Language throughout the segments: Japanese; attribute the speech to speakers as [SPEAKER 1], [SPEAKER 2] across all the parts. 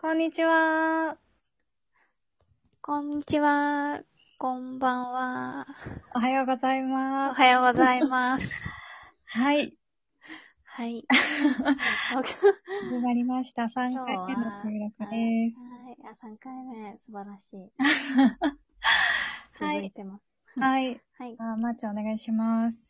[SPEAKER 1] こんにちは。
[SPEAKER 2] こんにちは。こんばんは。
[SPEAKER 1] おはようござい
[SPEAKER 2] お
[SPEAKER 1] ます。
[SPEAKER 2] はようございます。
[SPEAKER 1] はい。
[SPEAKER 2] はい。
[SPEAKER 1] 始まりました。3回目の収録です。
[SPEAKER 2] はい。あ、3回目、素晴らしい。
[SPEAKER 1] はい
[SPEAKER 2] 続いてます。
[SPEAKER 1] はい。
[SPEAKER 2] はい。
[SPEAKER 1] あマーチお願いします。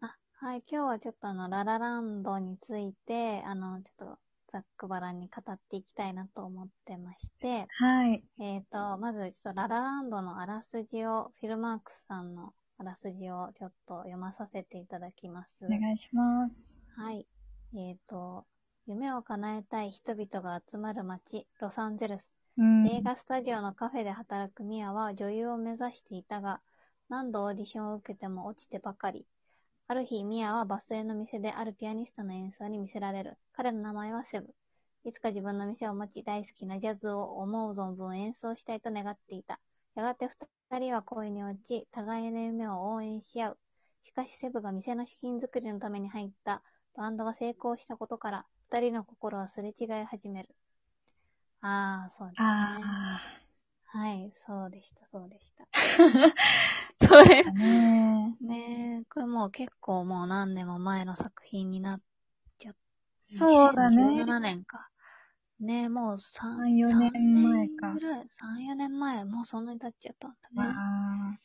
[SPEAKER 2] あ、はい。今日はちょっとあの、ララランドについて、あの、ちょっと、ざっくばらんに語っていきたいなと思ってまして、
[SPEAKER 1] はい。
[SPEAKER 2] えっ、と、まず、ちょっとララランドのあらすじを、フィルマークスさんのあらすじをちょっと読まさせていただきます。
[SPEAKER 1] お願いします。
[SPEAKER 2] はい。えっ、と、夢を叶えたい人々が集まる街、ロサンゼルス。
[SPEAKER 1] うん。
[SPEAKER 2] 映画スタジオのカフェで働くミアは女優を目指していたが、何度オーディションを受けても落ちてばかり。ある日、ミアはバスへの店であるピアニストの演奏に見せられる。彼の名前はセブ。いつか自分の店を持ち、大好きなジャズを思う存分演奏したいと願っていた。やがて二人は恋に落ち、互いの夢を応援し合う。しかしセブが店の資金作りのために入ったバンドが成功したことから、二人の心はすれ違い始める。ああ、そうですね。
[SPEAKER 1] あ
[SPEAKER 2] はい、そうでした、そう でした。それ
[SPEAKER 1] ー。ね
[SPEAKER 2] ねえ、これもう結構もう何年も前の作品になっ
[SPEAKER 1] えそうだね。
[SPEAKER 2] 2017年か。ねえ、もう三
[SPEAKER 1] 3 4
[SPEAKER 2] 三
[SPEAKER 1] 年前か
[SPEAKER 2] ぐらい、3、4年前、もうそんなに経っちゃったん
[SPEAKER 1] わ
[SPEAKER 2] だね。
[SPEAKER 1] あ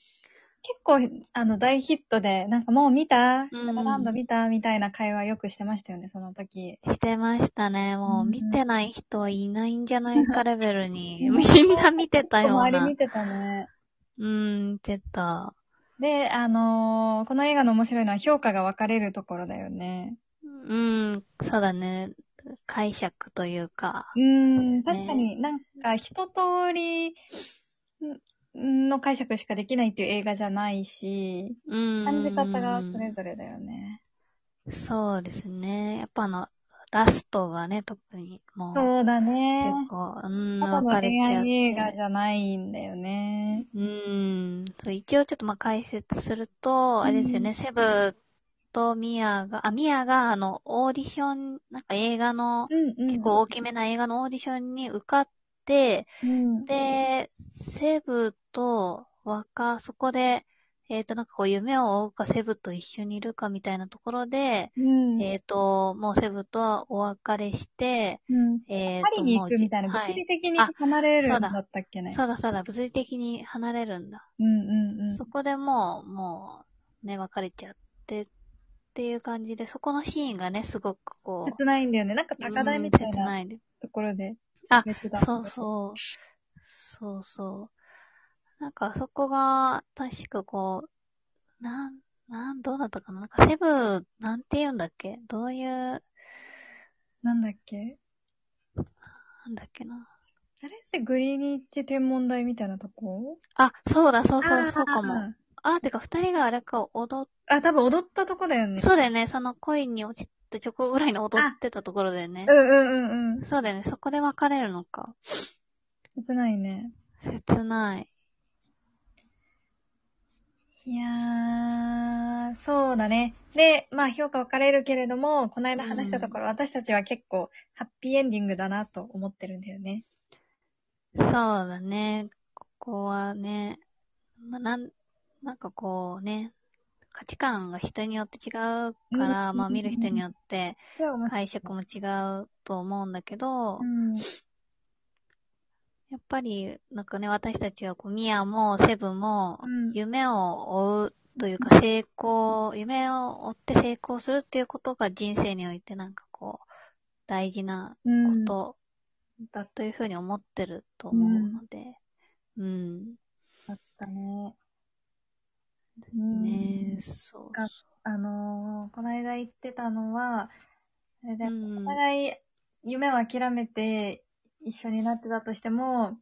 [SPEAKER 1] 結構、あの、大ヒットで、なんかもう見たラ
[SPEAKER 2] うん
[SPEAKER 1] ラランド見たみたいな会話よくしてましたよね、その時。
[SPEAKER 2] してましたね。もう
[SPEAKER 1] うん
[SPEAKER 2] 見てない人はいないんじゃないかレベ ルに、みんな見てたよう
[SPEAKER 1] 周り
[SPEAKER 2] な
[SPEAKER 1] 見。てたね。
[SPEAKER 2] うん、見てた。
[SPEAKER 1] で、あのーこの映画の面白いのは評価が分かれるところだよね。
[SPEAKER 2] うん、そうだね。解釈というか。
[SPEAKER 1] うーん、
[SPEAKER 2] そうです
[SPEAKER 1] 確
[SPEAKER 2] ね
[SPEAKER 1] かになんか一通りんの解釈しかできないっていう映画じゃないし、
[SPEAKER 2] うん。
[SPEAKER 1] 感じ方がそれぞれだよね。
[SPEAKER 2] そうですね。やっぱあの、ラストがね、特にもう、
[SPEAKER 1] そうだね。
[SPEAKER 2] 結構、うん、
[SPEAKER 1] ただ
[SPEAKER 2] 分
[SPEAKER 1] の
[SPEAKER 2] かれ
[SPEAKER 1] 恋
[SPEAKER 2] ちゃっ
[SPEAKER 1] 愛映画
[SPEAKER 2] て。
[SPEAKER 1] じゃないんだよね。
[SPEAKER 2] うん。そう、一応ちょっとまあ解説すると、あれですよ
[SPEAKER 1] う
[SPEAKER 2] ね、セブとミアが、あ、ミアがあの、オーディション、なんか映画の、
[SPEAKER 1] うんうん。
[SPEAKER 2] 結構大きめな映画のオーディションに受かって、
[SPEAKER 1] うん、
[SPEAKER 2] で、セブと若、そこで、えっと、なんかこう、夢を追うか、セブと一緒にいるかみたいなところで、
[SPEAKER 1] うん、
[SPEAKER 2] えっ、と、もうセブとはお別れして、
[SPEAKER 1] うん。
[SPEAKER 2] えっ、
[SPEAKER 1] パ
[SPEAKER 2] と、
[SPEAKER 1] リに
[SPEAKER 2] も
[SPEAKER 1] 行
[SPEAKER 2] う
[SPEAKER 1] くみたいな、
[SPEAKER 2] は
[SPEAKER 1] 物
[SPEAKER 2] い
[SPEAKER 1] 理。的に
[SPEAKER 2] あ
[SPEAKER 1] 離れるん
[SPEAKER 2] そう
[SPEAKER 1] だ
[SPEAKER 2] だ
[SPEAKER 1] ったっけね。
[SPEAKER 2] そうだそうだ、物理的に離れるんだ。
[SPEAKER 1] うんうんうん。
[SPEAKER 2] そこでもう、もう、ね、別れちゃってっていう感じで、そこのシーンがね、すごくこう、
[SPEAKER 1] 切ないんだよね。なんか高台みたい
[SPEAKER 2] うん切
[SPEAKER 1] な
[SPEAKER 2] ないで。
[SPEAKER 1] ところで。
[SPEAKER 2] あ
[SPEAKER 1] 別だ
[SPEAKER 2] そうそう。そうそう。なんかそこが、確かこう、なん、なん、どうだったかななんかセブ、なんて言うんだっけどういう、な
[SPEAKER 1] なんだっけ
[SPEAKER 2] んだっけな。
[SPEAKER 1] あれってグリニッチ天文台みたいなとこ
[SPEAKER 2] あ、そうだ、そうそう、そうかも。
[SPEAKER 1] あ
[SPEAKER 2] あ、てか、二人があれか、踊っ、
[SPEAKER 1] ー。あ、多分踊ったとこだよね。
[SPEAKER 2] そうだよね、その恋に落ちた直後ぐらいに踊ってたところだよね
[SPEAKER 1] う。んうんうんうん。
[SPEAKER 2] そうだよね、そこで別れるのか。
[SPEAKER 1] 切ないね。
[SPEAKER 2] 切ない。
[SPEAKER 1] いやー、そうだね。で、まあ評価分かれるけれども、この間話したところ、私たちは結構ハッピーエンディングだなと思ってるんだよね。
[SPEAKER 2] そうだね、ここはね、まあ、なん、なんかこうね、価値観が人によって違うか
[SPEAKER 1] う
[SPEAKER 2] ら、
[SPEAKER 1] ん
[SPEAKER 2] まあ見る人によって
[SPEAKER 1] では面白い
[SPEAKER 2] 解釈も違うと思うんだけど
[SPEAKER 1] う、ん。
[SPEAKER 2] やっぱり、なんかね、私たちはこう、ミアもセブンも
[SPEAKER 1] うん、
[SPEAKER 2] 夢を追うというか、成功、夢を追って成功するっていうことが人生においてなんかこう、大事な
[SPEAKER 1] う
[SPEAKER 2] こ
[SPEAKER 1] ん、
[SPEAKER 2] と
[SPEAKER 1] だっ
[SPEAKER 2] というふうに思ってると思うので、うん。
[SPEAKER 1] たね。
[SPEAKER 2] ねえ、そう
[SPEAKER 1] があのーこの間言ってたのは、あれだよね
[SPEAKER 2] うん
[SPEAKER 1] お互い夢を諦めて一緒になってたとしても、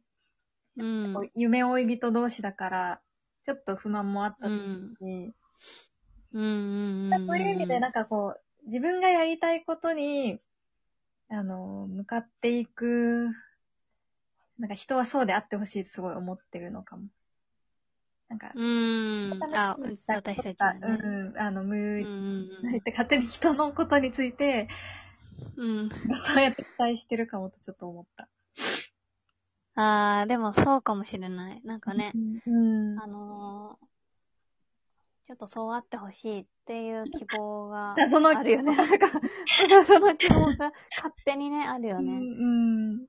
[SPEAKER 2] そう。うん。
[SPEAKER 1] こう夢追い人同士だから、ちょっと不満もあった
[SPEAKER 2] う
[SPEAKER 1] し、
[SPEAKER 2] ん。うんうんん
[SPEAKER 1] まあ
[SPEAKER 2] ん。
[SPEAKER 1] そういう意味でなんかこう、自分がやりたいことに、あのー向かっていく、なんか人はそうであってほしいとすごい思ってるのかも。なんか、
[SPEAKER 2] うん。あ、私たちがね。
[SPEAKER 1] うん、あの、無
[SPEAKER 2] うん
[SPEAKER 1] 理
[SPEAKER 2] うん
[SPEAKER 1] って勝手に人のことについて、
[SPEAKER 2] うん。うん。
[SPEAKER 1] そうやって期待してるかもとちょっと思った。
[SPEAKER 2] あー、でもそうかもしれない。なんかね
[SPEAKER 1] う、んうん。
[SPEAKER 2] あのー、ちょっとそうあってほしいっていう希望 が
[SPEAKER 1] その
[SPEAKER 2] あるよね。
[SPEAKER 1] なんか、
[SPEAKER 2] そうその希望が勝手にね、あるよ
[SPEAKER 1] う
[SPEAKER 2] ね。
[SPEAKER 1] ん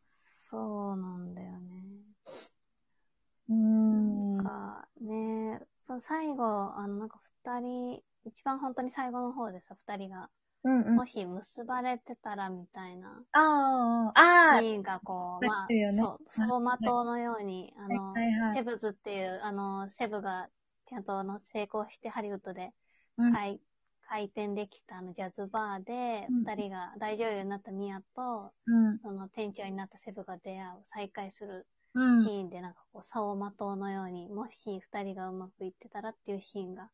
[SPEAKER 2] そうなんだよね。
[SPEAKER 1] うん。うん。
[SPEAKER 2] なんかね、その最後、あの、なんか二人、一番本当に最後の方でさ、二人が、
[SPEAKER 1] うんう
[SPEAKER 2] も
[SPEAKER 1] ん。
[SPEAKER 2] し結ばれてたらみたいな、
[SPEAKER 1] ああ、
[SPEAKER 2] シ
[SPEAKER 1] ああ、
[SPEAKER 2] ーンがこう、
[SPEAKER 1] な
[SPEAKER 2] ま
[SPEAKER 1] っ
[SPEAKER 2] あ
[SPEAKER 1] てるよ、ね
[SPEAKER 2] そう、走馬灯のように、あの、
[SPEAKER 1] はいはいはい
[SPEAKER 2] セブズっていう、あの、セブが、ちゃんとあの成功してハリウッドで
[SPEAKER 1] うん
[SPEAKER 2] 開、開店できたあのジャズバーで、
[SPEAKER 1] うん
[SPEAKER 2] 二人が大女優になったミアと、
[SPEAKER 1] うん。
[SPEAKER 2] その店長になったセブが出会う、再会する
[SPEAKER 1] うん
[SPEAKER 2] シ。ーンで、なんかこう、走馬灯のように、もし二人がうまくいってたらっていうシーンがあっ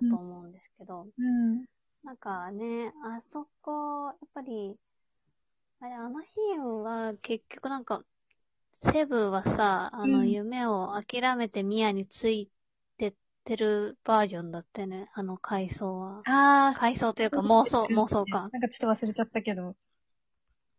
[SPEAKER 2] たと思うんですけど、
[SPEAKER 1] うん。
[SPEAKER 2] なんかね、あそこ、やっぱり、あれ、あのシーンは結局なんか、セブはさ、あ
[SPEAKER 1] う
[SPEAKER 2] の、
[SPEAKER 1] ん
[SPEAKER 2] 夢を諦めてミアについてってるバージョンだったよね、あの回想は。
[SPEAKER 1] ああ、
[SPEAKER 2] 回想というか
[SPEAKER 1] そう
[SPEAKER 2] 妄想、
[SPEAKER 1] うん
[SPEAKER 2] 妄想か。
[SPEAKER 1] なんかちょっと忘れちゃったけど。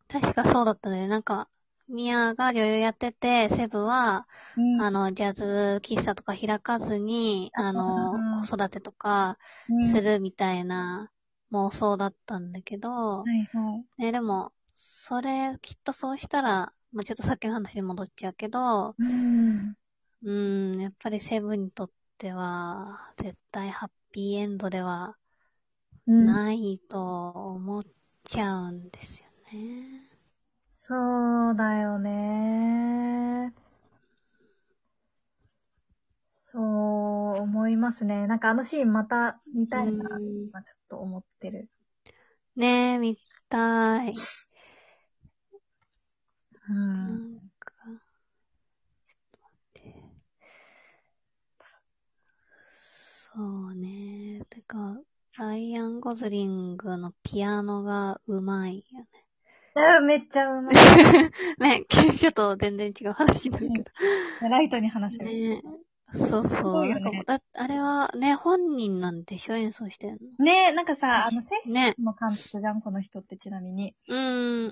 [SPEAKER 2] 確かそうだったね。なんか、ミアが女優やってて、セブは、
[SPEAKER 1] うん
[SPEAKER 2] あの、ジャズ喫茶とか開かずに、あ
[SPEAKER 1] うん
[SPEAKER 2] の、子育てとか
[SPEAKER 1] うん
[SPEAKER 2] するみたいな妄想だったんだけど、
[SPEAKER 1] はいはい。
[SPEAKER 2] ね、でも、それ、きっとそうしたら、まあ、ちょっとさっきの話に戻っちゃうけど、
[SPEAKER 1] うん。
[SPEAKER 2] うん、やっぱりセブンにとっては、絶対ハッピーエンドでは
[SPEAKER 1] うん。
[SPEAKER 2] ないと思っちゃうんですよね。
[SPEAKER 1] そうだよね。そう思いますね。なんかあのシーンまた見たいな、
[SPEAKER 2] うん
[SPEAKER 1] 今ちょっと思ってる。
[SPEAKER 2] ねえ、見たい。
[SPEAKER 1] う。
[SPEAKER 2] なんんか、ちょっと待って。そうね。てか、ライアン・ゴズリングのピアノがうまいよね。
[SPEAKER 1] あめっちゃうまい。
[SPEAKER 2] ね、 ちょっと全然違う話になるけ
[SPEAKER 1] ライトに話せ
[SPEAKER 2] ど。
[SPEAKER 1] る。
[SPEAKER 2] ねそう
[SPEAKER 1] す
[SPEAKER 2] そ
[SPEAKER 1] ご
[SPEAKER 2] う。
[SPEAKER 1] いよ
[SPEAKER 2] な
[SPEAKER 1] ね
[SPEAKER 2] んかもうだあれはね、本人なんでしょ演奏してんの。
[SPEAKER 1] ねえ、なんかさ、あの、セッシ
[SPEAKER 2] ね
[SPEAKER 1] ョンの監督じゃん、この人ってちなみに。
[SPEAKER 2] うん、うん、う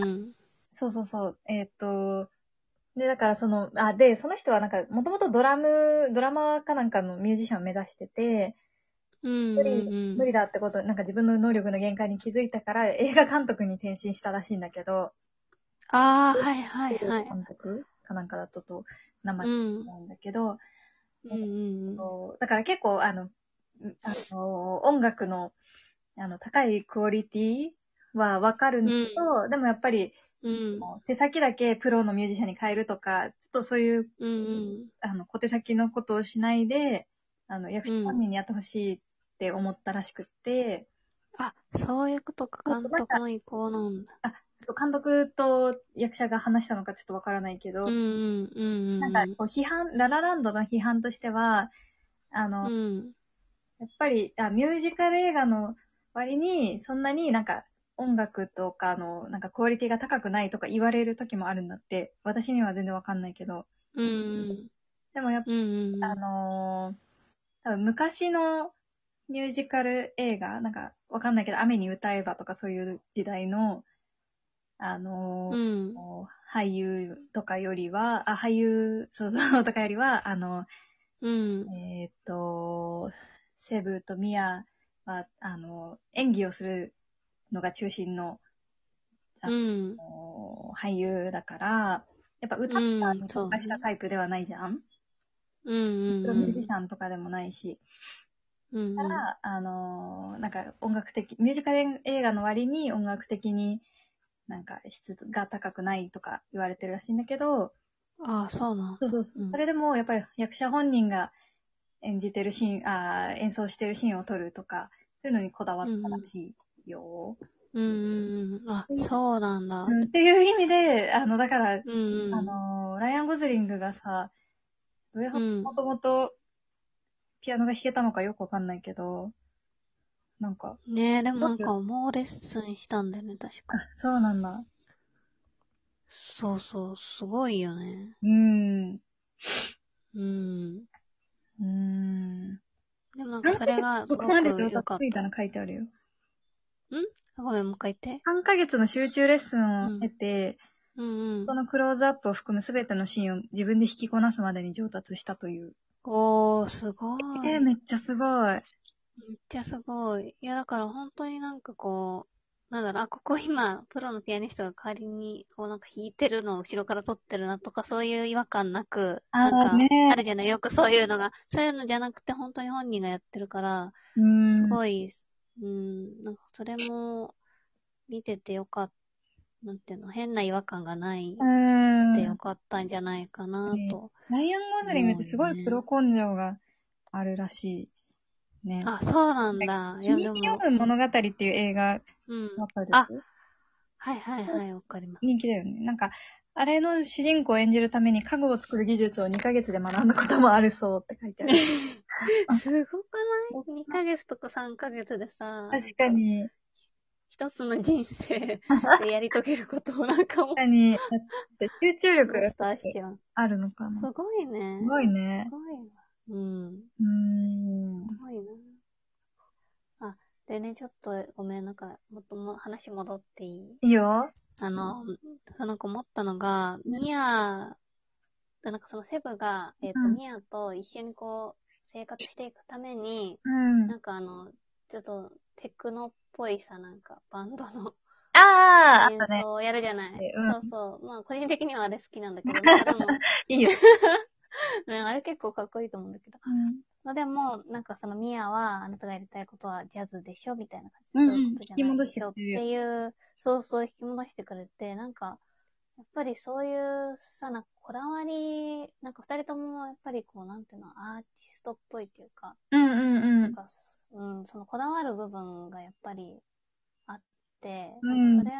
[SPEAKER 2] ん、うん。
[SPEAKER 1] そうそうそう。えーっと、で、だからその、あ、で、その人はなんか、もともとドラム、ドラマーかなんかのミュージシャンを目指してて、
[SPEAKER 2] うん、
[SPEAKER 1] 無
[SPEAKER 2] う
[SPEAKER 1] 理、
[SPEAKER 2] ん、
[SPEAKER 1] 無理だってこと、なんか自分の能力の限界に気づいたから、映画監督に転身したらしいんだけど、
[SPEAKER 2] ああ、はい、はい、はい。
[SPEAKER 1] 監督かなんかだったと、名
[SPEAKER 2] う
[SPEAKER 1] 前
[SPEAKER 2] ん、
[SPEAKER 1] なんだけど、
[SPEAKER 2] うん、うん。
[SPEAKER 1] そうだから結構、あの、あの、音楽の、あの、高いクオリティはわかるんだけど、でもやっぱり、
[SPEAKER 2] うん、
[SPEAKER 1] 手先だけプロのミュージシャンに変えるとか、ちょっとそういう、
[SPEAKER 2] うん、
[SPEAKER 1] あの、小手先のことをしないで、あの、役者本人にやってほしいって思ったらしくって、
[SPEAKER 2] あ、そういうことか、監督の意向なんだ。
[SPEAKER 1] そう監督と役者が話したのかちょっとわからないけど、
[SPEAKER 2] うん、うん、うん。
[SPEAKER 1] なんかこう批判、ララランドの批判としては、あの、
[SPEAKER 2] うん、
[SPEAKER 1] やっぱりあ、ミュージカル映画の割に、そんなになんか音楽とかの、なんかクオリティが高くないとか言われる時もあるんだって、私には全然わかんないけど、
[SPEAKER 2] うん、
[SPEAKER 1] でもやっぱ
[SPEAKER 2] うん、うん。
[SPEAKER 1] あのー多分昔のミュージカル映画、なんかわかんないけど、雨に歌えばとかそういう時代の、あの
[SPEAKER 2] う
[SPEAKER 1] ー
[SPEAKER 2] ん、
[SPEAKER 1] 俳優とかよりは、あ、俳優、そうそう、とかよりは、あの、
[SPEAKER 2] うん。
[SPEAKER 1] えっ、と、セブとミアは、あの、演技をするのが中心の
[SPEAKER 2] うん、
[SPEAKER 1] あのー俳優だから、やっぱ歌ったりとかしたタイプではないじゃん、
[SPEAKER 2] うん、
[SPEAKER 1] プロミュージシャンとかでもないし。
[SPEAKER 2] うん。
[SPEAKER 1] から、あのーなんか音楽的、ミュージカル映画の割に音楽的になんか質が高くないとか言われてるらしいんだけど、
[SPEAKER 2] ああ、そうなん
[SPEAKER 1] そうそうそう
[SPEAKER 2] うん
[SPEAKER 1] それでもやっぱり役者本人が演じてるシーン、あー演奏してるシーンを撮るとか、そういうのにこだわったらしいよ。
[SPEAKER 2] うんうんうん。あ、そうなんだ。
[SPEAKER 1] うんっていう意味で、あの、だから、
[SPEAKER 2] うんうん。
[SPEAKER 1] あのーライアン・ゴズリングがさ、どれほ
[SPEAKER 2] うん
[SPEAKER 1] もともとピアノが弾けたのかよくわかんないけど、なんか、
[SPEAKER 2] ねえ、でもなんかもうレッスンしたんだよね、確
[SPEAKER 1] あ
[SPEAKER 2] か。、
[SPEAKER 1] そうなんだ。
[SPEAKER 2] そうそう、すごいよね。
[SPEAKER 1] うん。
[SPEAKER 2] うん。
[SPEAKER 1] うん。
[SPEAKER 2] でもなんかそれがすごく良かっ
[SPEAKER 1] みた
[SPEAKER 2] た
[SPEAKER 1] い。なの書いてあるよ。
[SPEAKER 2] ごめん、もう一回言って。
[SPEAKER 1] 3ヶ月の集中レッスンを経て、
[SPEAKER 2] うんうん
[SPEAKER 1] こ。のクローズアップを含むすべてのシーンを自分で弾きこなすまでに上達したという。
[SPEAKER 2] おー、すごい。
[SPEAKER 1] えー、
[SPEAKER 2] めっ
[SPEAKER 1] めっちゃすごい。
[SPEAKER 2] ちゃすごい。いや、だから本当になんかこう、なんだろう、あ、ここ今、プロのピアニストが代わりに、こうなんか弾いてるのを後ろから撮ってるなとか、そういう違和感なく、
[SPEAKER 1] あ
[SPEAKER 2] な
[SPEAKER 1] ー
[SPEAKER 2] んか、
[SPEAKER 1] ね
[SPEAKER 2] あるじゃない、よくそういうのが、そういうのじゃなくて本当に本人がやってるから、
[SPEAKER 1] うーん。
[SPEAKER 2] すごい、うん、なんかそれも見ててよかった、なんていうの、変な違和感がないう
[SPEAKER 1] ー
[SPEAKER 2] でよ
[SPEAKER 1] ん。
[SPEAKER 2] かったんじゃないかなと。
[SPEAKER 1] ライアン・ゴズリングってすごいプロ根性があるらしい。ね。
[SPEAKER 2] あ、そうなんだ。いや、
[SPEAKER 1] 君
[SPEAKER 2] で
[SPEAKER 1] に
[SPEAKER 2] も、
[SPEAKER 1] 読む物語っていう映画、
[SPEAKER 2] うん。
[SPEAKER 1] わかる
[SPEAKER 2] あはいはいはい、わかります。
[SPEAKER 1] 人気だよね。なんか、あれの主人公を演じるために家具を作る技術を2ヶ月で学んだこともあるそうって書いてある。
[SPEAKER 2] すごくない ?2 ヶ月とか3ヶ月でさ、
[SPEAKER 1] 確か。に、
[SPEAKER 2] 一つの人生でやり遂げることをなんか
[SPEAKER 1] 確
[SPEAKER 2] も
[SPEAKER 1] かに、だって集中力
[SPEAKER 2] う、スタ
[SPEAKER 1] が
[SPEAKER 2] ーしてよ。
[SPEAKER 1] あるのかな。
[SPEAKER 2] す
[SPEAKER 1] す
[SPEAKER 2] ごいね。
[SPEAKER 1] ごいね
[SPEAKER 2] す。ごいな。うん。
[SPEAKER 1] うーん。
[SPEAKER 2] すごいな。あ、でね、ちょっとごめん、なんか、もっとも話戻っていい
[SPEAKER 1] いいよ。
[SPEAKER 2] あの、その子思ったのが、ミア、なんかそのセブが、えっ、と、
[SPEAKER 1] うん
[SPEAKER 2] ミアと一緒にこう、生活していくために、
[SPEAKER 1] うん。
[SPEAKER 2] なんかあの、ちょっとテクノっぽいさ、なんかバンドの
[SPEAKER 1] ああ、あ
[SPEAKER 2] 演
[SPEAKER 1] とね、
[SPEAKER 2] 奏をやるじゃない、
[SPEAKER 1] うん
[SPEAKER 2] そうそう。まあ、個人的にはあれ好きなんだけ ど、なんかでも、
[SPEAKER 1] いいよ。
[SPEAKER 2] ねあれ結構かっこいいと思うんだけど。まあでも、なんかそのミアは、あなたがやりたいことはジャズでしょみたいな感じ
[SPEAKER 1] うんうん
[SPEAKER 2] そういうことじゃない
[SPEAKER 1] 引き戻してく
[SPEAKER 2] って
[SPEAKER 1] れる
[SPEAKER 2] いう、そうそう引き戻してくれて、なんか、やっぱりそういうさ、なんかこだわり、なんか二人ともやっぱりこう、なんていうの、アーティストっぽいっていうか、
[SPEAKER 1] うんうんう
[SPEAKER 2] なん
[SPEAKER 1] ん。
[SPEAKER 2] か、うん、そのこだわる部分がやっぱりあって、
[SPEAKER 1] うん
[SPEAKER 2] なんかそれ